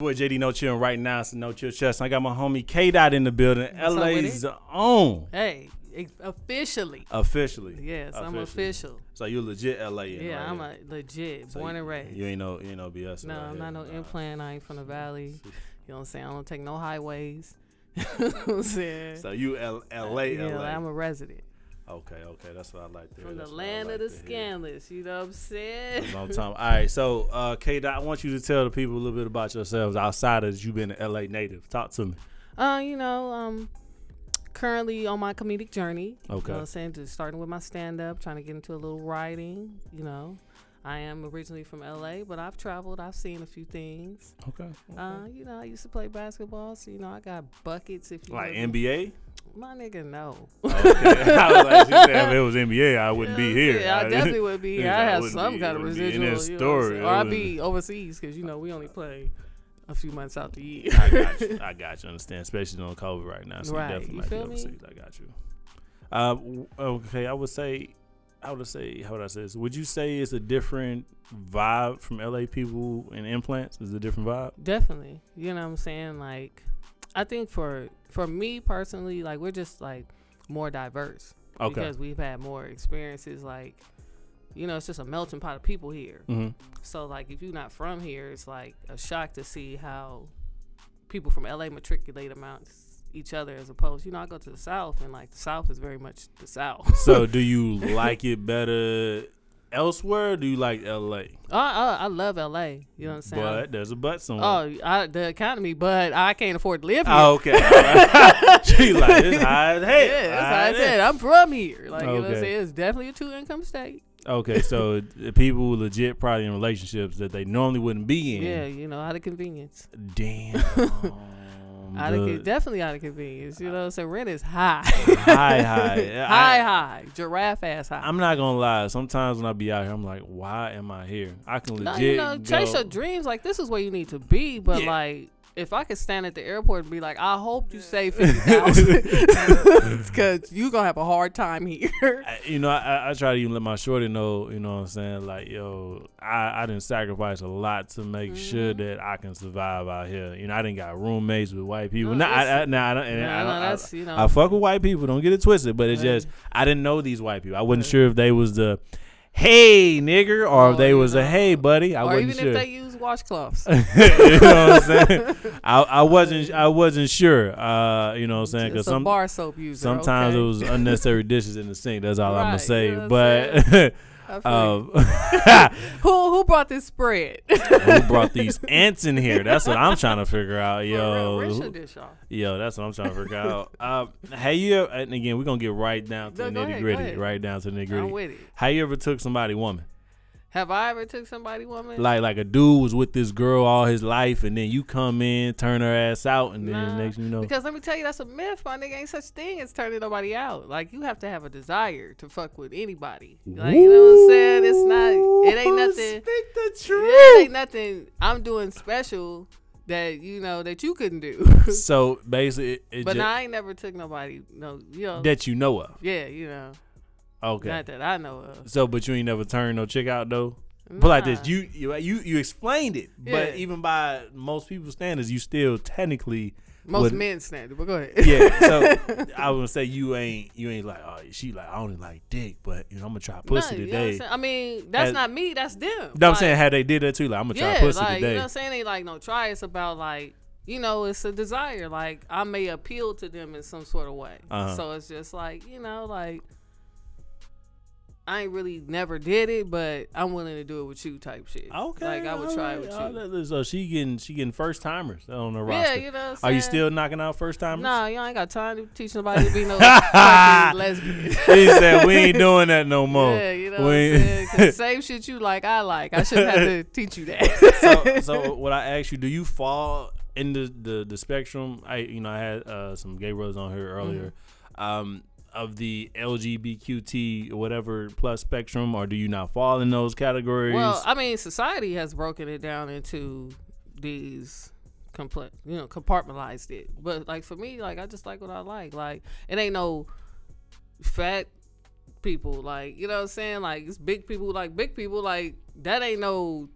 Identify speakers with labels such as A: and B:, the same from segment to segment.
A: Boy, JD No Chill right now. It's No Chill Chest. I got my homie K Dot in the building.
B: up with
A: LA's own.
B: Hey, ex- officially.
A: Officially.
B: Yes, I'm official.
A: So you legit LA.
B: Yeah, I'm a legit born and raised.
A: You ain't no, you ain't no BS.
B: no, I'm not no implant. I ain't from the valley. You know what I'm saying? I don't take no highways. you know what I'm saying?
A: So you L- LA,
B: Uh, yeah,
A: LA.
B: like, I'm a resident
A: okay, okay, that's what I like to hear.
B: from the
A: That's what I
B: land
A: like
B: of the
A: to hear.
B: scandalous. You know what I'm saying?
A: Long time. All right, so uh, K Dot, I want you to tell the people a little bit about yourselves outside of you being an LA native. Talk to me.
B: Uh, you know, um, currently on my comedic journey. You
A: Okay.
B: know what I'm saying? Just starting with my stand up, trying to get into a little writing, you know. I am originally from LA, but I've traveled, I've seen a few things.
A: Okay.
B: Uh, you know, I used to play basketball, so you know, I got buckets if you
A: Like
B: will.
A: NBA?
B: My nigga, no.
A: Okay. I was like, she said if it was NBA, I wouldn't be here.
B: Yeah, I definitely would be.
A: Yeah,
B: I
A: I
B: have
A: wouldn't
B: some
A: be-
B: kind of
A: wouldn't be in
B: residual,
A: this
B: you know what I'm
A: story.
B: saying?
A: It
B: or I'd
A: wouldn't-
B: be overseas because you know we only play a few months out the year.
A: I got you. I got you. Understand, especially on COVID right now. So
B: Right,
A: you definitely
B: you
A: might be
B: feel me?
A: overseas. I got you. Uh, w- okay, I would say, I would say, how would I say this? Would you say it's a different vibe from LA people and implants? Is it a different vibe?
B: Definitely. You know what I'm saying? Like I think for for me personally, like we're just like more diverse
A: Okay.
B: because we've had more experiences like you know, it's just a melting pot of people here.
A: hmm
B: So like if you're not from here, it's like a shock to see how people from LA matriculate amongst each other as opposed, you know, I go to the South and like the South is very much the South.
A: So, do you like it better elsewhere? Or do you like LA?
B: I, I, I love LA. You know what I'm saying?
A: But there's a but somewhere.
B: oh, I, the economy, but I can't afford to live here.
A: Ah, okay. she like it's high as hell.
B: yeah, that's
A: High
B: how I
A: as
B: said. I'm from here. Like you know what I'm
A: Okay.
B: saying? It's definitely a two income state.
A: Okay, so the people legit probably in relationships that they normally wouldn't be in.
B: Yeah, you know, out of convenience.
A: Damn. Um,
B: Out of con-
A: the
B: definitely out of convenience. You know, what I'm saying? rent is high.
A: high, high,
B: high,
A: I-
B: high. Giraffe ass high.
A: I'm not gonna lie. Sometimes when I be out here, I'm like, why am I here? I can
B: no,
A: legit
B: you know,
A: go.
B: chase your dreams. Like this is where you need to be. But
A: Yeah.
B: like, if I could stand at the airport and be like, I hope you save fifty thousand, because you gonna have a hard time here.
A: I- you know, I- I, I try to even let my shorty know, you know what I'm saying? Like, yo, I, I didn't sacrifice a lot to make sure
B: Mm-hmm.
A: that I can survive out here. You know, I didn't got roommates with white people.
B: No,
A: No, I, I,
B: listen.
A: nah, I, don't- and
B: No,
A: I,
B: no,
A: don't- I-
B: that's, you know.
A: I fuck with white people. Don't get it twisted. But it's
B: Um, Right.
A: just, I didn't know these white people. I wasn't
B: Right.
A: sure if they was the, hey, nigger, or
B: Oh,
A: if they
B: you
A: was a,
B: know.
A: hey, buddy. I
B: or
A: wasn't
B: even
A: sure.
B: if they use washcloths.
A: you know what I'm saying? I, I wasn't I wasn't sure. Uh, you know what I'm saying? Because
B: It's a
A: some
B: bar soap user.
A: sometimes
B: okay?
A: it was unnecessary dishes in the sink. That's all I'm gonna
B: Right,
A: say.
B: you know what I'm
A: but
B: I feel you.
A: um,
B: who who brought this spread?
A: who brought these ants in here? That's what I'm trying to figure out, yo.
B: Rachel
A: Who-
B: did y'all.
A: Yo, that's what I'm trying to figure out. Um, have you? ever- And again, we're gonna get right down to
B: No,
A: the
B: go ahead,
A: nitty
B: go
A: gritty.
B: ahead.
A: Right down to the nitty
B: I'm
A: gritty.
B: with it.
A: How you ever took somebody woman?
B: Have I ever took somebody woman?
A: Like like a dude was with this girl all his life, and then you come in, turn her ass out, and then
B: Nah,
A: next thing you know,
B: Because let me tell you, that's a myth. My nigga ain't such thing as turning nobody out. Like you have to have a desire to fuck with anybody. Like you know what I'm saying? It's not. It ain't
A: Ooh,
B: nothing.
A: Speak the
B: Yeah,
A: truth.
B: it ain't nothing. I'm doing special that you know that you couldn't do.
A: So basically, it, it
B: but
A: ju-
B: nah, I ain't never took nobody. No, you know.
A: that you know of.
B: yeah, you know.
A: Okay.
B: Not that I know of.
A: so, but you ain't never turned no chick out though. But like
B: Nah.
A: this, you you you, you explained it,
B: Yeah.
A: but even by most people's standards, you still technically
B: Most
A: would-
B: men snapped it, but go ahead.
A: Yeah. So I would say you ain't you ain't like oh she like I only like dick, but you know I'm gonna try pussy
B: No, you know what I'm
A: today.
B: saying? I mean, that's
A: As-
B: not me. That's them.
A: No, I'm
B: Like,
A: saying how they did that too. Like I'm gonna
B: yeah,
A: try pussy
B: like you
A: today.
B: know what I'm saying. Ain't like no try. It's about like you know, it's a desire. Like I may appeal to them in some sort of way.
A: Uh-huh.
B: So it's just like you know, like I ain't really never did it, but I'm willing to do it with you, type shit.
A: okay.
B: like I would try it with
A: alright,
B: you.
A: alright. So she getting she getting first timers on the roster.
B: Yeah, you know. What I'm
A: Are you
B: saying?
A: still knocking out first timers?
B: Nah, y'all ain't got time to teach nobody to be no fucking lesbian.
A: He said we ain't doing that no more.
B: Yeah, you know
A: We
B: what I'm saying?
A: ain't-
B: 'Cause Same shit you like, I like. I shouldn't have to teach you that.
A: so, so what I asked you, do you fall in the, the, the spectrum? I you know I had uh, some gay brothers on here earlier,
B: Mm-hmm.
A: um, of the LGBTQT whatever plus spectrum, or do you not fall in those categories?
B: Well, I mean, society has broken it down into these compl- you know, compartmentalized it. But like for me, like I just like what I like. Like it ain't no fat people like, you know what I'm saying? Like it's big people like big people like that ain't no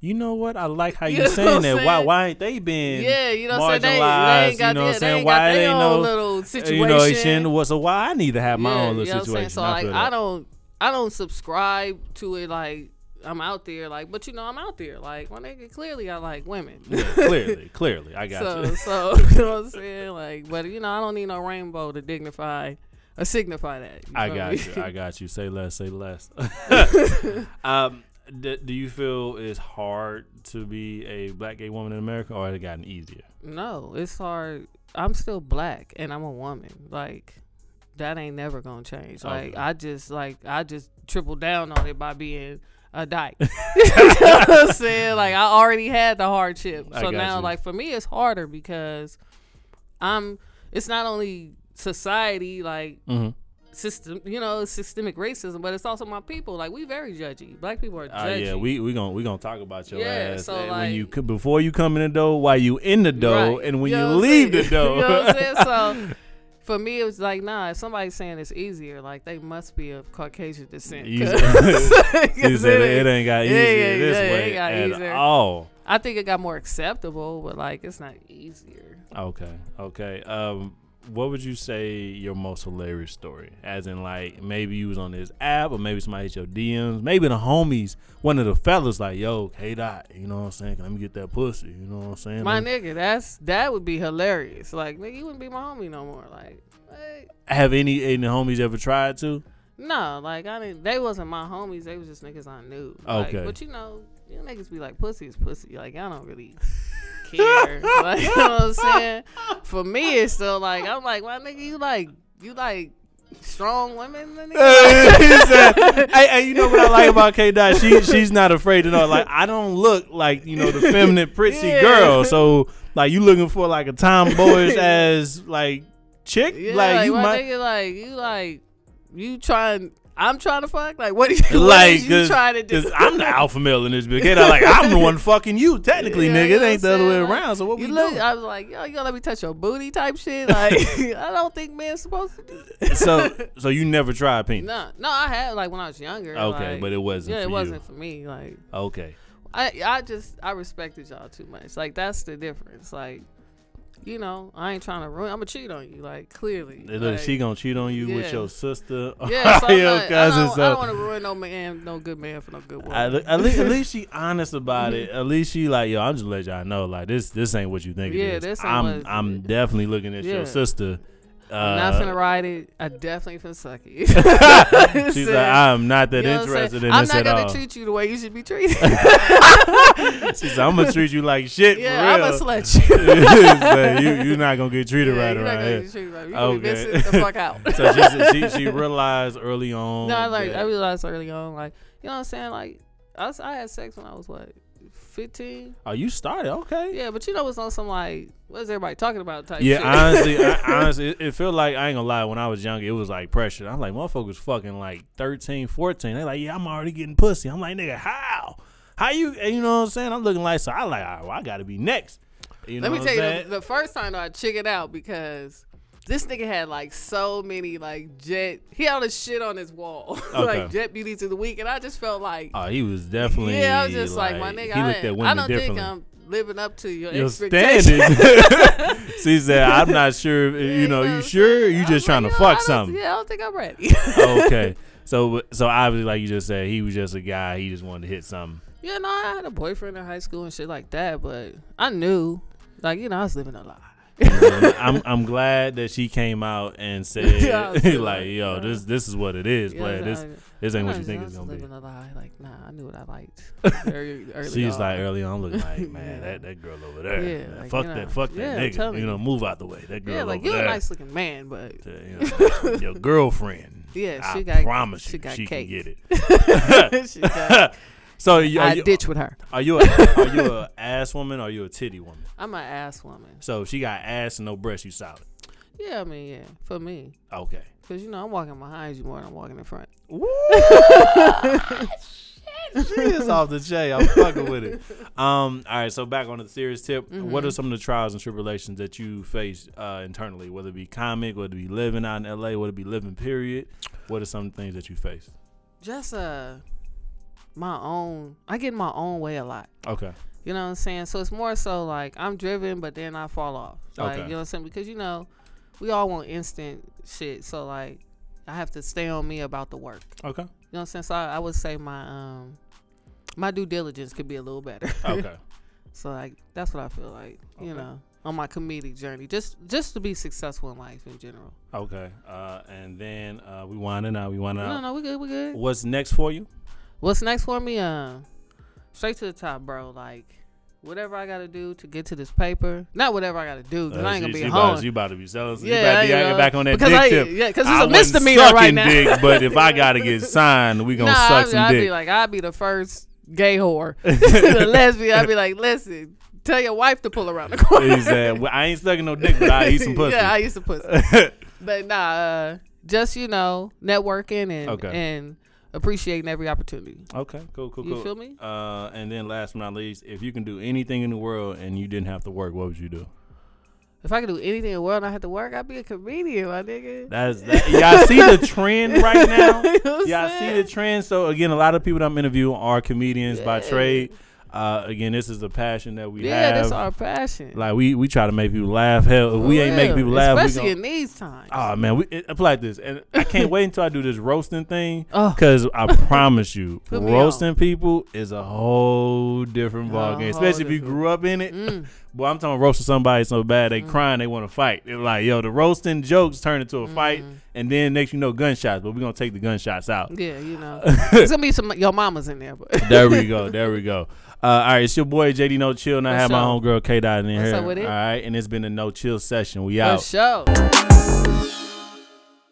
A: you know what? I like how you,
B: You know what
A: saying
B: I'm
A: that. Why
B: saying?
A: why ain't they been
B: yeah, you know, what I'm saying? they, they
A: marginalized?
B: ain't got,
A: you know, what
B: yeah,
A: I'm
B: they
A: saying
B: ain't got
A: why
B: their
A: they ain't
B: own
A: no
B: little situation.
A: you know shit, what- so why I need to have my
B: Yeah,
A: own
B: you
A: little
B: know what I'm saying?
A: situation.
B: So
A: I
B: like,
A: feel
B: I
A: that.
B: don't, I don't subscribe to it. Like, I'm out there, like, but you know, I'm out there, like, my nigga. Clearly, I like women.
A: clearly, clearly, I got you.
B: So, so you know what I'm saying? Like, but you know, I don't need no rainbow to dignify or signify that.
A: I
B: feel
A: got
B: me?
A: you. I got you. Say less. Say less. um, d- do you feel it's hard to be a black gay woman in America, or has it gotten easier?
B: no, it's hard. I'm still black and I'm a woman. Like, that ain't never gonna change. Like,
A: Okay.
B: I just like I just tripled down on it by being a dyke. you know what I'm saying? Like, I already had the hardship,
A: I
B: so
A: got
B: now
A: you.
B: like for me, it's harder because I'm. It's not only society like
A: Mm-hmm.
B: system, you know, systemic racism, but it's also my people. Like we very judgy. Black people are
A: Uh,
B: judgy.
A: yeah, we we gonna we gonna talk about your
B: Yeah,
A: ass
B: so,
A: eh, when you
B: like-
A: c- before you come in the door, while you in the door,
B: Right.
A: and when
B: You
A: you,
B: know what I'm
A: leave the
B: saying?
A: door.
B: you know what I'm saying? So for me, it was like, nah. If somebody's saying it's easier, like they must be of Caucasian descent.
A: You
B: 'Cause-
A: said-
B: 'cause
A: you said it, it ain't got
B: yeah,
A: easier
B: yeah,
A: this
B: yeah, it
A: way
B: ain't got
A: at
B: easier.
A: all.
B: I think it got more acceptable, but like it's not easier.
A: Okay, okay. Um, what would you say your most hilarious story? As in, like maybe you was on this app, or maybe somebody hit your DMs, maybe the homies, one of the fellas, like, "Yo, hey dot, you know what I'm saying? Let me get that pussy, you know what I'm saying?"
B: My
A: Let me-
B: nigga, that's that would be hilarious. Like, nigga, you wouldn't be my homie no more. Like, what?
A: Have any any homies ever tried to?
B: No, like I didn't. They wasn't my homies. They was just niggas I knew. Like,
A: Okay.
B: but you know, you niggas be like, pussy is pussy. Like y'all don't really care. like you know what I'm saying? For me, it's still like I'm like, why nigga, you like you like strong women. Nigga?
A: He said- hey, hey, you know what I like about K Dot? She she's not afraid to know. Like I don't look like you know the feminine prissy
B: Yeah.
A: girl. So like you looking for like a tomboyish as like chick?
B: yeah,
A: like,
B: like,
A: you
B: why
A: might.
B: nigga, like you like you trying. I'm trying to fuck. Like what? Are you, what
A: Like,
B: is you trying to do?
A: Cause I'm the alpha male in this bitch. They not like I'm the one fucking you, technically,
B: Yeah,
A: nigga.
B: you
A: It
B: know
A: ain't
B: what
A: the other
B: I'm
A: way
B: saying? Like,
A: around. So what
B: You
A: we
B: look,
A: doing?
B: I was like, yo, you gonna let me touch your booty type shit? Like, I don't think men's supposed to do
A: so so you never tried penis?
B: No, no, I had like when I was younger.
A: okay,
B: like-
A: but it wasn't.
B: yeah,
A: for
B: it
A: you.
B: wasn't for me. Like
A: Okay.
B: I, I just I respected y'all too much. Like that's the difference. Like you know, I ain't trying to ruin. I'm gonna cheat on you. Like clearly,
A: Look,
B: like,
A: she gonna cheat on you with
B: yeah.
A: your sister,
B: Yeah, so I'm
A: your
B: not, I
A: cousin.
B: don't,
A: so
B: I don't want to ruin no man, no good man for no good woman.
A: At, le- at least, at least she honest about it. At least she like, yo, I'm just let y'all know, like this, this ain't what you think.
B: Yeah,
A: it is.
B: this ain't
A: I'm,
B: what it
A: I'm
B: is.
A: definitely looking at
B: Yeah.
A: your sister. Uh,
B: I'm not finna ride it. I definitely finna suck it.
A: she's like, I'm not that interested in
B: I'm
A: this
B: not
A: at
B: gonna
A: all.
B: treat you the way you should be treated.
A: she's like, I'm gonna treat you like shit.
B: yeah,
A: for
B: I'm
A: real.
B: a slut you.
A: She's like, you, you're not gonna get treated
B: Yeah,
A: right
B: you're not
A: around
B: gonna
A: here.
B: get treated right. You gonna be
A: Okay.
B: missing the fuck out.
A: So she, said- she, she realized early on.
B: No, I like
A: that-
B: I realized early on, like you know what I'm saying. Like I, was- I had sex when I was what, fifteen.
A: oh, you started okay.
B: Yeah, but you know it's on some like what is everybody talking about type.
A: Yeah,
B: shit.
A: honestly, I, honestly, it, it felt like I ain't gonna lie. When I was younger, it was like pressure. I'm like, motherfuckers, fucking like 13, 14. They like, yeah, I'm already getting pussy. I'm like, nigga, how? How you? and You know what I'm saying? I'm looking like so. I like, all right, well, I gotta be next. You know
B: Let me
A: what
B: tell
A: I'm
B: you,
A: saying?
B: the, the first time though, I chickened out because this nigga had like so many like jet. He had all this shit on his wall,
A: Okay.
B: like jet beauties of the week, and I just felt like.
A: Oh, he was definitely.
B: yeah, I was just like, my nigga,
A: He
B: I,
A: looked at
B: ain't-
A: women
B: I don't
A: differently.
B: think I'm living up to your,
A: your
B: expectations.
A: standards. she said, "I'm not sure. If, you know,
B: what
A: you
B: I'm
A: sure?
B: saying?
A: You
B: I
A: just
B: was like,
A: trying to
B: "Yo, I
A: fuck
B: don't-
A: something?"
B: Yeah, I don't think I'm ready.
A: okay. So, so obviously, like you just said, he was just a guy. He just wanted to hit something.
B: Yeah, no, I had a boyfriend in high school and shit like that, but I knew, like, you know, I was living a lie.
A: And I'm I'm glad that she came out and said
B: Yeah, I was like,
A: like, yo,
B: yeah.
A: this this is what it is,
B: Yeah,
A: player. This
B: I-
A: this ain't
B: I
A: what you
B: was-
A: think
B: I
A: it's
B: was
A: gonna be.
B: living a lie. Like, nah, I knew what I liked. Very early
A: She's
B: on.
A: like early on looking like, man,
B: Yeah.
A: that, that girl over there.
B: Yeah,
A: man,
B: like,
A: fuck
B: you know,
A: that, fuck
B: yeah, I'm
A: that nigga.
B: telling
A: You know,
B: you.
A: move out the way. That girl
B: yeah, like
A: over
B: you're
A: there.
B: a nice looking man, but
A: Uh, you know, your girlfriend.
B: Yeah,
A: I
B: she got-
A: promise
B: she
A: you,
B: got
A: she
B: cake.
A: can get it.
B: she got,
A: So you, are,
B: I
A: you,
B: ditch with her.
A: are you a, are you a ass woman? Or are you a titty woman?
B: I'm an ass woman.
A: So if she got ass and no breasts. You solid.
B: Yeah, I mean, yeah, for me,
A: Okay.
B: because you know I'm walking behind you more than I'm walking in front.
A: Woo! she is off the J. I'm fucking with it. Um, all right, so back on the serious tip. What are
B: Mm-hmm.
A: some of the trials and tribulations that you face uh, internally, whether it be comic, whether it be living out in LA, whether it be living period? What are some things that you face?
B: Just uh, my own. I get in my own way a lot.
A: Okay.
B: You know what I'm saying? So it's more so like I'm driven, but then I fall off. Like
A: Okay.
B: you know what I'm saying? Because you know, we all want instant shit. So like, I have to stay on me about the work.
A: Okay.
B: You know what I'm saying? So I, I would say my um my due diligence could be a little better.
A: Okay.
B: so like that's what I feel like. You
A: Okay.
B: know, on my comedic journey, just just to be successful in life in general.
A: okay. Uh, and then uh, we winding out. We winding
B: No,
A: out.
B: no, we good, we good.
A: What's next for you?
B: What's next for me? Uh, straight to the top, bro. Like whatever I gotta do to get to this paper. Not whatever I gotta do, 'cause
A: Uh,
B: I ain't
A: she-
B: gonna be
A: she
B: at
A: about-
B: home.
A: she about to be selling. Yeah, you
B: Yeah, I
A: better
B: ain't
A: get
B: gonna-
A: back on that
B: because
A: dick
B: I,
A: tip.
B: Yeah, because
A: I
B: it's a
A: wasn't
B: misdemeanor right
A: sucking
B: now.
A: dick, but if I gotta get signed, we gonna
B: nah,
A: suck
B: I'd,
A: some
B: I'd
A: dick.
B: be like, I'd be the first gay whore, the lesbian. I'd be like, listen, tell your wife to pull around the corner.
A: he said, well, I ain't sucking no dick, but I eat some pussy.
B: yeah, I used to pussy. but nah, uh, just you know, networking and
A: Okay.
B: and appreciating every opportunity.
A: okay, cool, cool,
B: You
A: cool.
B: feel me?
A: Uh, and then last but not least, if you can do anything in the world and you didn't have to work, what would you do?
B: If I could do anything in the world, and I had to work. I'd be a comedian, my nigga.
A: That's that, y'all see the trend right now.
B: You know what
A: Yeah,
B: I'm
A: I see
B: saying?
A: the trend. So again, a lot of people that I'm interviewing are comedians by
B: Yeah.
A: trade. Uh, again, this is the passion that we
B: Yeah,
A: have.
B: that's our passion.
A: like we we try to make people laugh. Hell, if we ain't making
B: Real,
A: people laugh, we
B: especially
A: gonna,
B: in these times.
A: Oh man, we it, apply this, and I can't wait until I do this roasting thing
B: Oh.
A: because I promise you,
B: Put me on.
A: roasting people is a whole different
B: A
A: ballgame,
B: whole
A: especially if you
B: different-
A: grew up in it.
B: Mm.
A: Boy, I'm talking about roasting somebody so bad
B: Mm-hmm.
A: they crying, they want to fight. They're like, yo, the roasting jokes turn into
B: Mm-hmm.
A: a fight,
B: mm.
A: and then next you know, gunshots. But we're gonna take the gunshots out.
B: Yeah, you know, it's gonna be some your mama's in there, but
A: there we go. There we go. Uh, all right, it's your boy JD No Chill, and I
B: For
A: have my
B: sure.
A: homegirl K Dot in
B: What's
A: here.
B: up with it?
A: All right, and it's been a No Chill session. We
B: for
A: out.
B: sure.